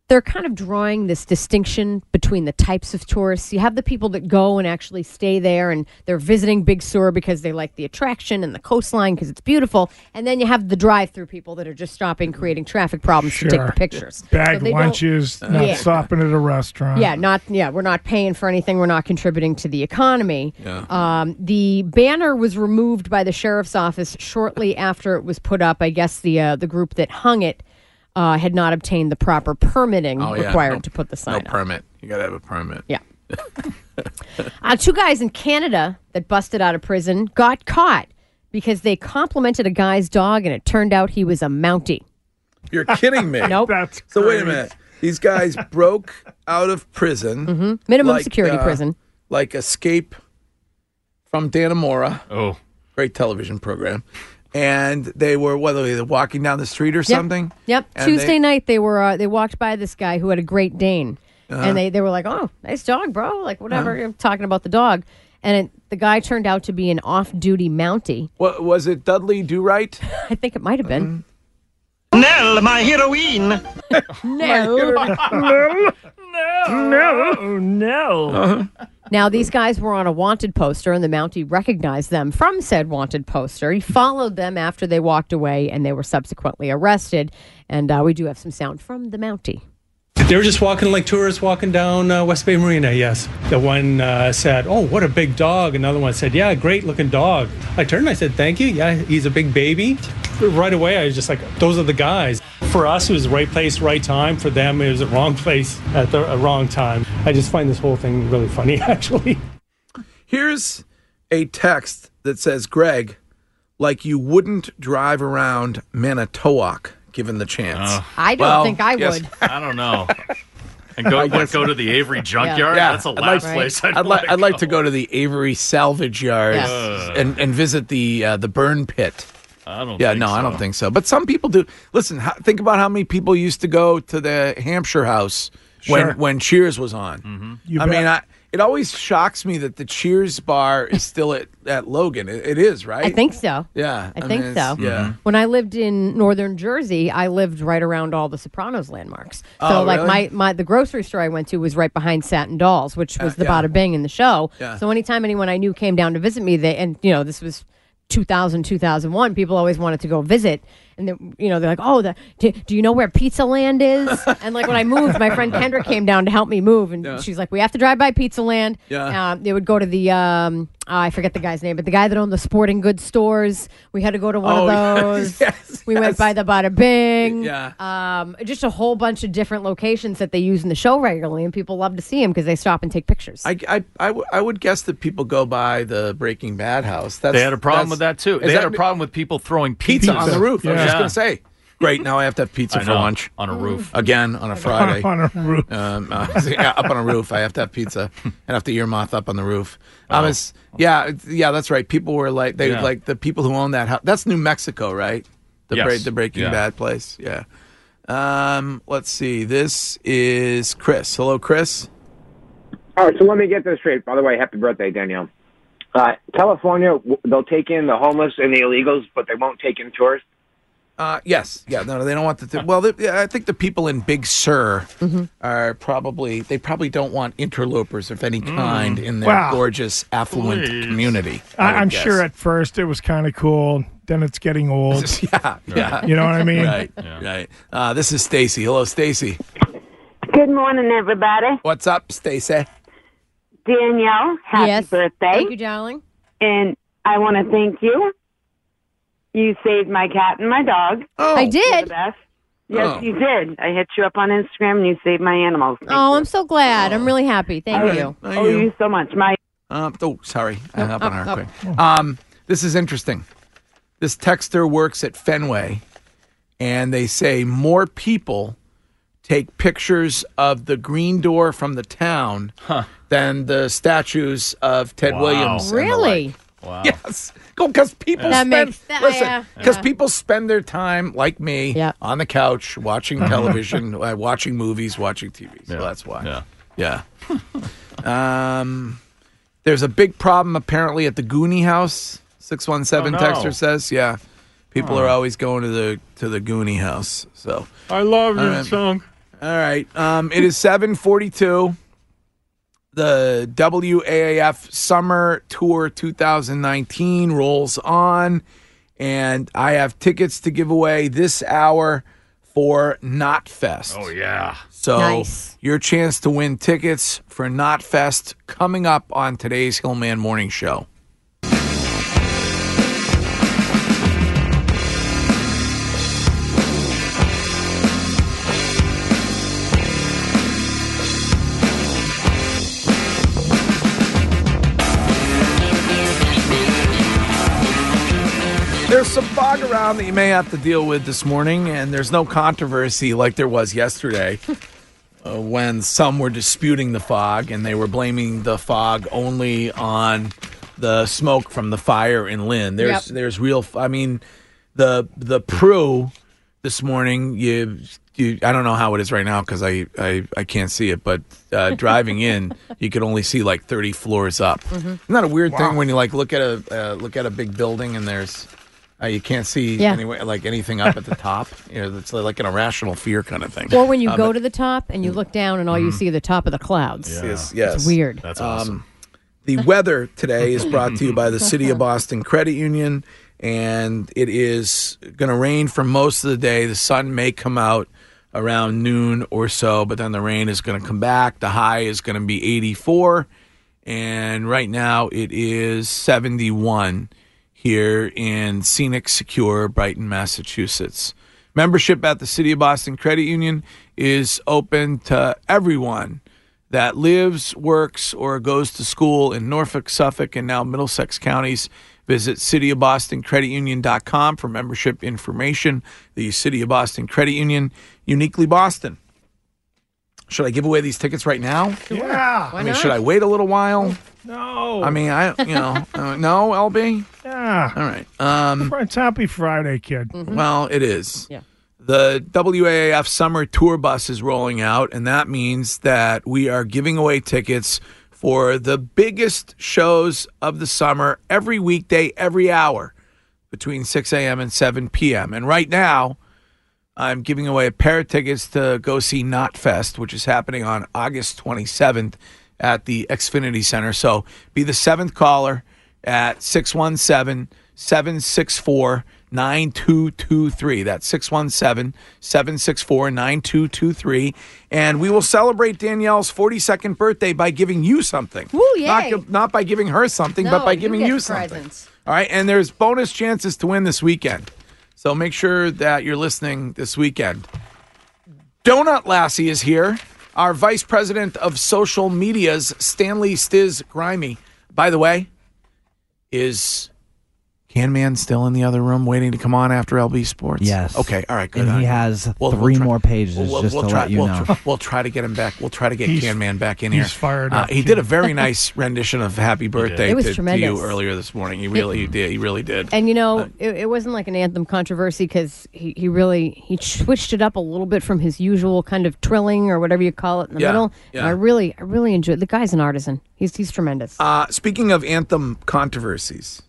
J: they're kind of drawing this distinction between the types of tourists. You have the people that go and actually stay there and they're visiting Big Sur because they like the attraction and the coastline because it's beautiful. And then you have the drive through people that are just stopping, creating traffic problems to take the pictures.
E: Bag
J: So they don't-
E: lunches, not
J: Yeah.
E: stopping at a
C: Uh-huh.
E: restaurant.
J: yeah, not yeah. We're not paying for anything. We're not contributing to the economy.
E: Yeah.
J: Um, the banner was removed by the sheriff's office shortly after it was put up. I guess the uh, the group that hung it uh, had not obtained the proper permitting
C: Oh, yeah.
J: required
C: No-
J: to put the sign
C: No
J: up.
C: permit. You got to have a permit.
J: Yeah. Uh, two guys in Canada that busted out of prison got caught because they complimented a guy's dog, and it turned out he was a Mountie.
C: You're kidding me.
J: Nope.
E: That's
C: so wait a minute. These guys broke out of prison.
J: Minimum security
C: uh,
J: prison.
C: Like Escape from Danamora.
G: Oh.
C: Great television program. And they were, what are they, walking down the street or something?
J: Yep.
C: And
J: Tuesday
C: they-
J: night they were uh, they walked by this guy who had a Great Dane,
C: Uh-huh.
J: and they they were like, "Oh, nice dog, bro!" Like whatever,
C: Uh-huh.
J: you're talking about the dog, and it, the guy turned out to be an off-duty Mountie.
C: What, was it Dudley Do Right?
J: I think it might have been.
D: Nell, my heroine.
J: No.
E: No, no.
C: Uh-huh.
J: Now, these guys were on a wanted poster, and the Mountie recognized them from said wanted poster. He followed them after they walked away, and they were subsequently arrested. And uh, we do have some sound from the Mountie.
R: They were just walking like tourists walking down uh, West Bay Marina, yes. The one uh, said, Oh, what a big dog. Another one said, Yeah, great looking dog. I turned, I said, Thank you. Yeah, he's a big baby. Right away, I was just like, Those are the guys. For us, it was right place, right time. For them, it was the wrong place at the uh, wrong time. I just find this whole thing really funny, actually.
C: Here's a text that says, Greg, like you wouldn't drive around Manitowoc given the chance.
J: I don't
C: Well,
J: think I
C: yes.
J: would.
G: I don't know. And go
C: I
G: what,
C: guess-
G: go to the Avery Junkyard. That's the
C: I'd
G: last
C: like-
G: place
C: I'd,
G: I'd,
C: like.
G: want
C: I'd like to go to the Avery Salvage Yard
G: Yeah. Ugh.
C: and and visit the uh, the burn pit.
G: I don't.
C: yeah,
G: think
C: no, I
G: so.
C: don't think so. But some people do. Listen, ho- think about how many people used to go to the Hampshire House
G: Sure. Mm-hmm.
C: when when Cheers was on.
G: You
C: I
G: bet.
C: mean, I, it always shocks me that the Cheers bar is still at, at Logan. It, it is, right?
J: I think so.
C: Yeah,
J: I,
C: mean,
J: think
C: it's-
J: so.
C: Yeah.
J: When I lived in northern Jersey, I lived right around all the Sopranos landmarks. So
C: Oh,
J: like
C: really?
J: my, my the grocery store I went to was right behind Satin Dolls, which was the
C: Uh, yeah.
J: bada bing in the show.
C: Yeah.
J: So anytime anyone I knew came down to visit me, they and you know, this was 2000 2001 people always wanted to go visit and they, you know they're like oh the, do, do you know where pizza land is and like when i moved my friend kendra came down to help me move and
V: Yeah.
J: she's like we have to drive by pizza land
V: Yeah.
J: um, they would go to the um, i forget the guy's name but the guy that owned the sporting goods stores we had to go to one of
V: Oh,
J: those. we went by the Bada Bing.
V: Yeah.
J: Um, just a whole bunch of different locations that they use in the show regularly, and people love to see them because they stop and take pictures.
C: I, I, I, w- I would guess that people go by the Breaking Bad house. That's,
G: they had a problem with that too.
C: is
G: They had a
C: that-
G: problem with people throwing
C: pizza, on the roof. I was just
G: Yeah.
C: going to say. Great, now I have to have pizza
G: I
C: for
G: know,
C: lunch. Oh,
G: on a roof.
C: Again, on a Friday.
E: On a roof.
C: Um, uh, yeah, up on a roof. I have to have pizza and have to earmuff up on the roof. Um, it's, yeah, it's- yeah, that's right. People were like, they
G: Yeah.
C: like the people who own that house. That's New Mexico, right? The,
G: Yes.
C: the Breaking
G: Yeah.
C: Bad place. Yeah. Um, let's see. This is Chris. Hello, Chris.
K: All right, so let me get this straight. By the way, happy birthday, Danielle. Uh, California, w- they'll take in the homeless and the illegals, but they won't take in tourists.
C: Uh, yes, yeah, no, they don't want the. Th- well, the, yeah, I think the people in Big Sur are probably they probably don't want interlopers of any kind in their
E: Mm. Wow.
C: gorgeous affluent community.
E: I,
C: would
E: I'm
C: guess.
E: sure at first it was kind of cool. Then it's getting old.
C: yeah, yeah.
E: You know what I mean?
C: Right, right. Uh, this is Stacy. Hello, Stacy.
A: Good morning, everybody.
C: What's up, Stacy?
A: Danielle, happy birthday.
J: Thank you, darling.
A: And I want to thank you. You saved my cat and my dog.
J: Oh. I did.
A: You're the best. Yes,
J: Oh.
A: you did. I hit you up on Instagram and you saved my animals. Thank
J: Oh, I'm so glad. I'm really happy. Thank
A: All right.
J: you.
A: Oh, you. so much. My
C: Um, oh, sorry. I hung up on
J: up,
C: her
J: up.
C: quick. Um, this is interesting. This texter works at Fenway, and they say more people take pictures of the green door from the town than the statues of Ted
V: Wow.
C: Williams. and the
V: Really?
C: like. Yes. Because people
V: That
C: spend
V: makes- that-
C: listen
V: yeah.
C: because
V: Yeah.
C: people spend their time like me on the couch watching television, uh, watching movies, watching TV. So that's why. Yeah. Yeah. um, there's a big problem apparently at the Goonie House. Six one seven
D: Oh, no.
C: texter says, yeah, people
D: Oh.
C: are always going to the to the Goonie House. So
D: I love
C: All
D: that
C: right.
D: song.
C: all right. Um, it is 742. The WAAF Summer Tour 2019 rolls on, and I have tickets to give away this hour for Knotfest.
G: Oh yeah.
C: So
G: Nice.
C: your chance to win tickets for Knotfest coming up on today's Hillman Morning Show. There's some fog around that you may have to deal with this morning, and there's no controversy like there was yesterday uh, when some were disputing the fog and they were blaming the fog only on the smoke from the fire in Lynn. There's
D: Yep.
C: there's real. f- I mean, the the Prue this morning. You you. I don't know how it is right now because I, I I can't see it, but uh, driving in, you could only see like 30 floors up.
D: Mhm.
C: Isn't that a weird
D: Wow.
C: thing when you like look at a uh, look at a big building and there's uh, you can't see
J: Yeah.
C: anywhere like anything up at the top. You know, it's like an irrational fear kind of thing.
J: Or when you
C: Um,
J: go to the top and you look down and all you see are the top of the clouds.
C: Yes, yes.
J: It's weird.
C: Um, the weather today is brought to you by the City of Boston Credit Union, and it is going to rain for most of the day. The sun may come out around noon or so, but then the rain is going to come back. The high is going to be 84, and right now it is 71 here in scenic, secure Brighton, Massachusetts. Membership at the City of Boston Credit Union is open to everyone that lives, works, or goes to school in Norfolk, Suffolk, and now Middlesex counties. Visit cityofbostoncreditunion.com for membership information. The City of Boston Credit Union, uniquely Boston. Should I give away these tickets right now?
E: Yeah.
C: I mean, should I wait a little while?
E: No.
C: I mean, I you know, uh, no, LB.
E: Yeah.
C: All right. Um,
E: It's Happy Friday, kid.
I: Mm-hmm.
C: Well, it is.
E: Yeah.
C: The WAAF summer tour bus is rolling out, and that means that we are giving away tickets for the biggest shows of the summer every weekday, every hour between 6 a.m. and 7 p.m. And right now, I'm giving away a pair of tickets to go see Knotfest, which is happening on August 27th at the Xfinity Center. So be the seventh caller at 617 764 9223. That's 617 764 9223. And we will celebrate Danielle's 42nd birthday by giving you something.
J: Woo,
C: Not,
J: yay.
C: gi- not by giving her something,
J: No,
C: but by
J: you
C: giving
J: get
C: you something.
J: presents.
C: All right, and there's bonus chances to win this weekend. So make sure that you're listening this weekend. Donut Lassie is here, our vice president of social media's Stanley Stiz Grimy. By the way, is Can man still in the other room waiting to come on after LB Sports?
I: Yes.
C: Okay. All right. Good.
I: And
C: All
I: he
C: right.
I: has three
C: try-
I: more pages just to
C: try,
I: let you
C: we'll
I: know.
C: tr- we'll try to get him back. We'll try to get
I: He's-
C: Can Man back in here.
I: he's fired
C: Uh,
I: up,
C: he did a very nice rendition of Happy Birthday
J: It was
C: to, to you
J: tremendous.
C: earlier this morning. He really did. He really did.
J: And you know, it, it wasn't like an anthem controversy because he, he really he switched it up a little bit from his usual kind of trilling or whatever you call it in the
C: Yeah,
J: middle.
C: yeah.
J: And I really I really enjoyed. The guy's an artisan. He's he's tremendous.
C: Uh, speaking of anthem controversies,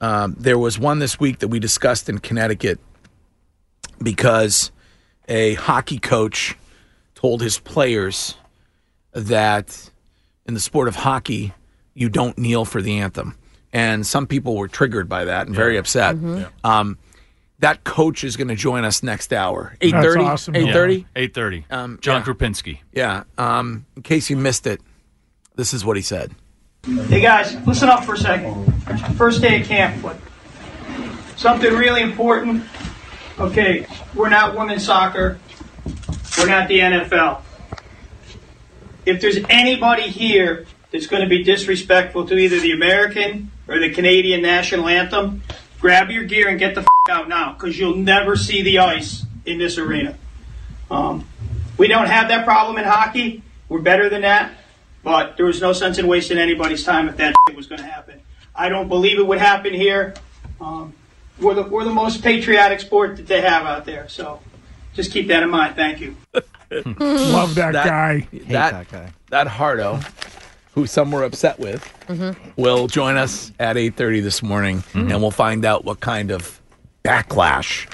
C: um, there was one this week that we discussed in Connecticut because a hockey coach told his players that in the sport of hockey, you don't kneel for the anthem. And some people were triggered by that and very upset.
G: Mhm. Yeah.
C: Um, that coach is going to join us next hour. 8.30? 8.30?
G: Eight thirty.
C: um,
G: John Krupinski.
C: Yeah. Um, in case you missed it, this is what he said.
V: Hey guys, listen up for a second. First day of camp. Something really important. Okay, we're not women's soccer. We're not the NFL. If there's anybody here that's going to be disrespectful to either the American or the Canadian national anthem, grab your gear and get the f- out now because you'll never see the ice in this arena. Um, we don't have that problem in hockey. We're better than that. But there was no sense in wasting anybody's time if that shit was going to happen. I don't believe it would happen here. Um, we're, the, we're the most patriotic sport that they have out there. So just keep that in mind. Thank you.
E: Love that, guy.
C: That, that guy. That Hardo, who some were upset with, will join us at 8.30 this morning,
I: Mm-hmm.
C: and we'll find out what kind of backlash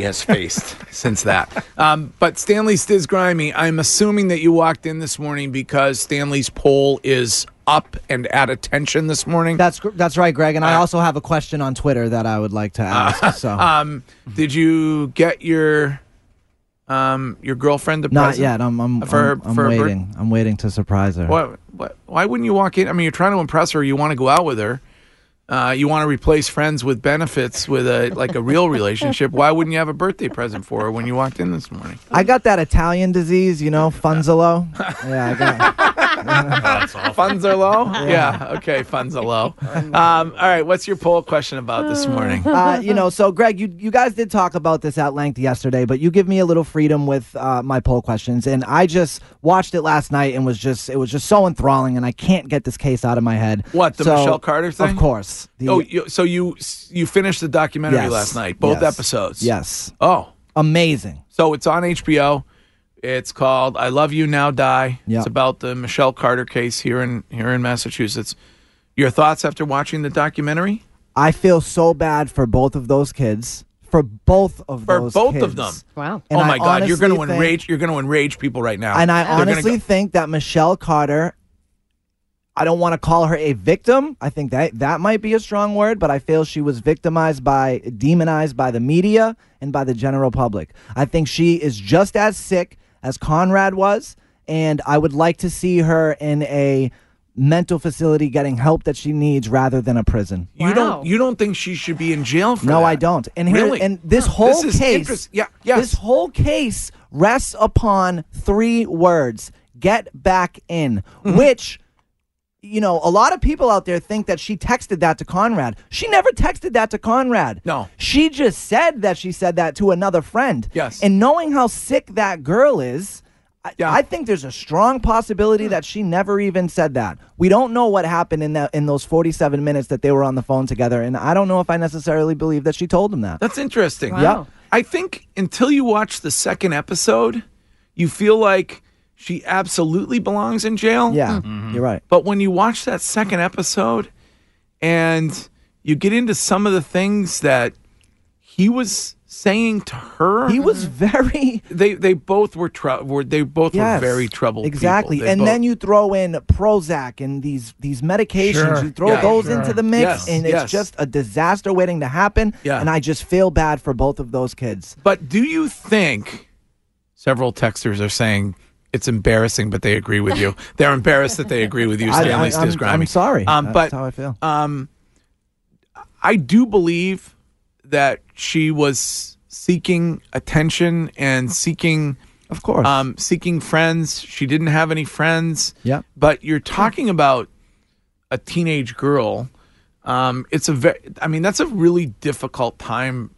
C: has faced since that. Um, but Stanley Stiz Grimy, I'm assuming that you walked in this morning because Stanley's poll is up and at attention this morning.
I: That's gr- that's right, Greg. And I also have a question on Twitter that I would like to ask. so
C: um, did you get your um, your girlfriend a
I: not
C: present
I: yet. I'm I'm,
C: for her-
I: I'm, I'm
C: for her birth-
I: waiting. I'm waiting to surprise her.
C: Why, why, why wouldn't you walk in? I mean, you're trying to impress her. You want to go out with her. Uh, you want to replace friends with benefits with a like a real relationship. Why wouldn't you have a birthday present for her when you walked in this morning?
I: I got that Italian disease, you know, Funzolo. yeah, I got.
C: funds are low. Yeah. Okay. Funds are low. Um, all right. What's your poll question about this morning?
I: uh, you know, so Greg, you you guys did talk about this at length yesterday, but you give me a little freedom with uh, my poll questions, and I just watched it last night and was just it was just so enthralling, and I can't get this case out of my head.
C: What the
I: So-
C: Michelle Carter thing?
I: Of course. The-
C: oh, you, so you you finished the documentary
I: Yes.
C: last night, both
I: Yes.
C: episodes.
I: Yes.
C: Oh,
I: amazing.
C: So it's on HBO. It's called "I Love You Now Die." It's about the Michelle Carter case here in here in Massachusetts. Your thoughts after watching the documentary?
I: I feel so bad for both of those kids. For both of
C: For
I: those
C: both
I: kids.
C: of them.
J: Wow.
I: And
C: oh
I: I
C: my God, you're going to
I: honestly think-
C: enrage you're going to enrage people right now.
I: And I
C: They're gonna
I: honestly
C: go-
I: think that Michelle Carter, I don't want to call her a victim. I think that that might be a strong word, but I feel she was victimized by, demonized by the media and by the general public. I think she is just as sick as Conrad was, and I would like to see her in a mental facility getting help that she needs rather than a prison.
C: you don't you don't think she should be in jail for
I: No,
C: that?
I: I don't. And here,
C: Really?
I: and this
C: Huh.
I: whole
C: This is
I: case,
C: interest- yeah, yes.
I: this whole case rests upon three words: "Get back in," which. You know, a lot of people out there think that she texted that to Conrad. She never texted that to Conrad. No. She just said that she said that to another friend. Yes. And knowing how sick that girl is, I, I think there's a strong possibility that she never even said that. We don't know what happened in that in those 47 minutes that they were on the phone together, and I don't know if I necessarily believe that she told him that.
C: That's interesting.
I: Wow. Yeah.
C: I think until you watch the second episode, you feel like she absolutely belongs in jail.
I: Yeah, you're right.
C: But when you watch that second episode and you get into some of the things that he was saying to her,
I: he was very.
C: They they both were, trou- were they both
I: Yes,
C: were very troubled. people.
I: Exactly,
C: They
I: and
C: both-
I: then you throw in Prozac and these these medications.
C: Sure.
I: You throw
C: Yeah,
I: those
C: sure.
I: into the mix,
C: Yes,
I: and it's
C: yes.
I: just a disaster waiting to happen.
C: Yeah.
I: and I just feel bad for both of those kids.
C: But do you think several texters are saying it's embarrassing, but they agree with you? They're embarrassed that they agree with you,
I: I- I-
C: Stanley
I: I'm-
C: Stiz Grimy.
I: I'm sorry.
C: Um,
I: That's
C: but
I: how I feel.
C: Um, I do believe that she was seeking attention and seeking,
I: of course,
C: um, seeking friends. She didn't have any friends.
I: Yeah.
C: But you're talking about a teenage girl Um, it's a very. I mean, that's a really difficult time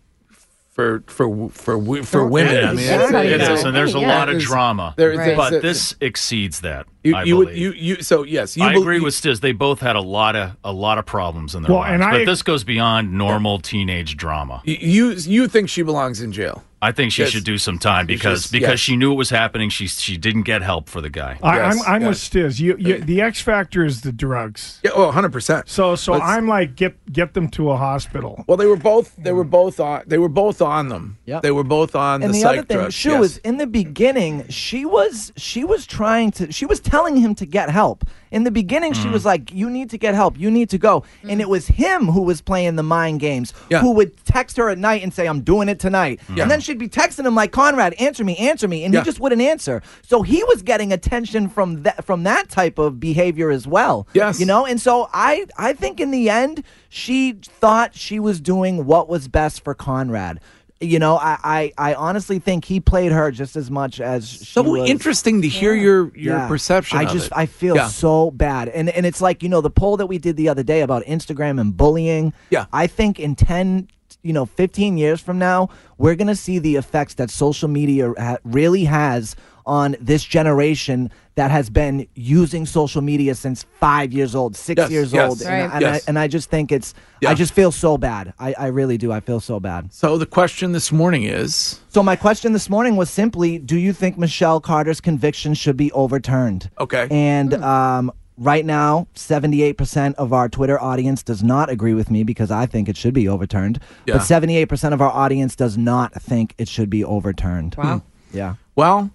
C: for for for wo- for women. I mean, it's-
G: it
C: it's-
G: is, and there's a lot of
C: There's-
G: drama.
C: there- there's-
G: But
C: there-
G: this exceeds that.
C: You,
G: I
C: you would
G: believe.
C: you you so yes you
G: I
C: bel-
G: agree with Stiz. They both had a lot of a lot of problems in their
C: Well,
G: lives,
C: and I-
G: but this goes beyond normal teenage drama.
C: you you think she belongs in jail.
G: I think she
C: Yes.
G: should do some time because
C: Yes.
G: because
C: Yes.
G: she knew it was happening. She she didn't get help for the guy.
C: Uh,
E: I, I'm, I'm with Stiz. You, you, the X factor is the drugs.
C: Yeah, oh, 100 percent.
E: So, so
C: Let's-
E: I'm like, get get them to a hospital.
C: Well, they were both they were both on they were both on them.
I: Mm. Yep.
C: They were both on
I: and
C: the,
I: the,
C: psych
I: other thing,
C: drugs,
I: Shu,
C: yes.
I: is in the beginning she was she was trying to she was telling him to get help. In the beginning, she
S: Mhm.
I: was like, "You need to get help. You need to go."
C: Mm-hmm.
I: And it was him who was playing the mind games.
S: Yeah.
I: Who would text her at night and say, "I'm doing it tonight,"
S: Yeah.
I: and then she'd be texting him like, "Conrad, answer me, answer me," and
S: Yeah.
I: he just wouldn't answer. So he was getting attention from that from that type of behavior as well. Yes, you know. And so I I think in the end, she thought she was doing what was best for Conrad. You know, I, I, I honestly think he played her just as much as she
C: so
I: was.
C: interesting to hear your your
I: Yeah.
C: perception.
I: I
C: of
I: just
C: it.
I: I feel
C: Yeah.
I: so bad, and and it's like you know the poll that we did the other day about Instagram and bullying. Yeah, I think in ten, you know, fifteen years from now, we're gonna see the effects that social media ha- really has on this generation that has been using social media since five years old, six
C: Yes,
I: years
C: yes,
I: old, and,
C: Right.
I: and
C: yes.
I: I, and I just think it's.
C: Yeah.
I: I just feel so bad. I, I really do. I feel so bad.
C: So the question this morning is
I: So my question this morning was simply, do you think Michelle Carter's conviction should be overturned?
C: Okay.
I: And um, right now, 78% of our Twitter audience does not agree with me because I think it should be overturned.
C: Yeah.
I: But 78% of our audience does not think it should be overturned. Hmm.
C: Wow.
I: Yeah.
C: Well,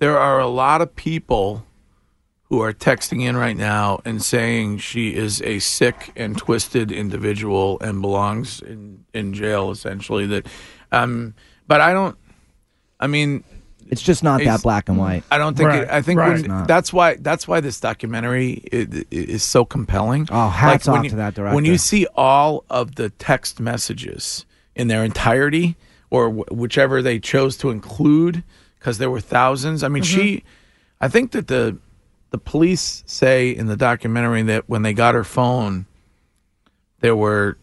C: there are a lot of people who are texting in right now and saying she is a sick and twisted individual and belongs in, in jail essentially that um but I don't I mean
I: It's just not that black and white.
C: I don't think
I: Right,
C: it, I think
I: right.
C: when-
I: It's not.
C: that's why that's why this documentary i- i- is, so compelling. Oh,
I: hats off
C: you,
I: to that
C: When you
I: director.
C: see all of the text messages in their entirety, or wh- whichever they chose to include, because there were thousands. I mean, she,
I: Mm-hmm.
C: I think that the the police say in the documentary that when they got her phone, there were.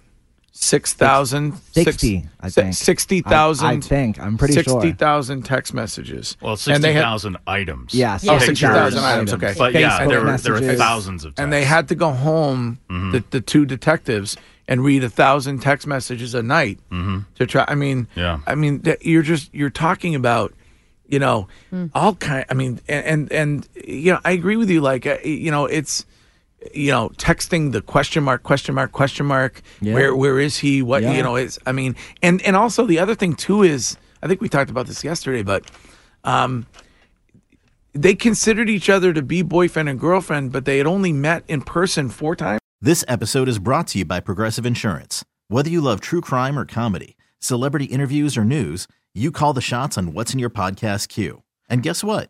C: 6,000
I: 60, I think. I- I
C: 60,000
I: think. I'm pretty sure.
C: 60,000 text messages
G: Well,
C: And
G: sixty
C: they had-
G: thousand items.
C: Yes. Oh, 60,000 items. Okay.
G: But yeah, there were, there were thousands of. Mm-hmm.
C: And they had to go home, the, the two detectives, and read a thousand text messages a night to try. I mean,
G: Mm-hmm. Yeah.
C: I mean, that you're just, you're talking about, you know,
G: Mm.
C: all kind, I mean, and, and, and, you know, I agree with you. Like, uh, you know, it's, you know, texting the question mark, question mark, question mark.
H: Yeah.
C: Where, where is he? What,
H: Yeah.
C: you know, it's, I mean, and, and also the other thing too is, I think we talked about this yesterday, but, um, they considered each other to be boyfriend and girlfriend, but they had only met in person four times.
L: This episode is brought to you by Progressive Insurance. Whether you love true crime or comedy, celebrity interviews or news, you call the shots on what's in your podcast queue. And guess what?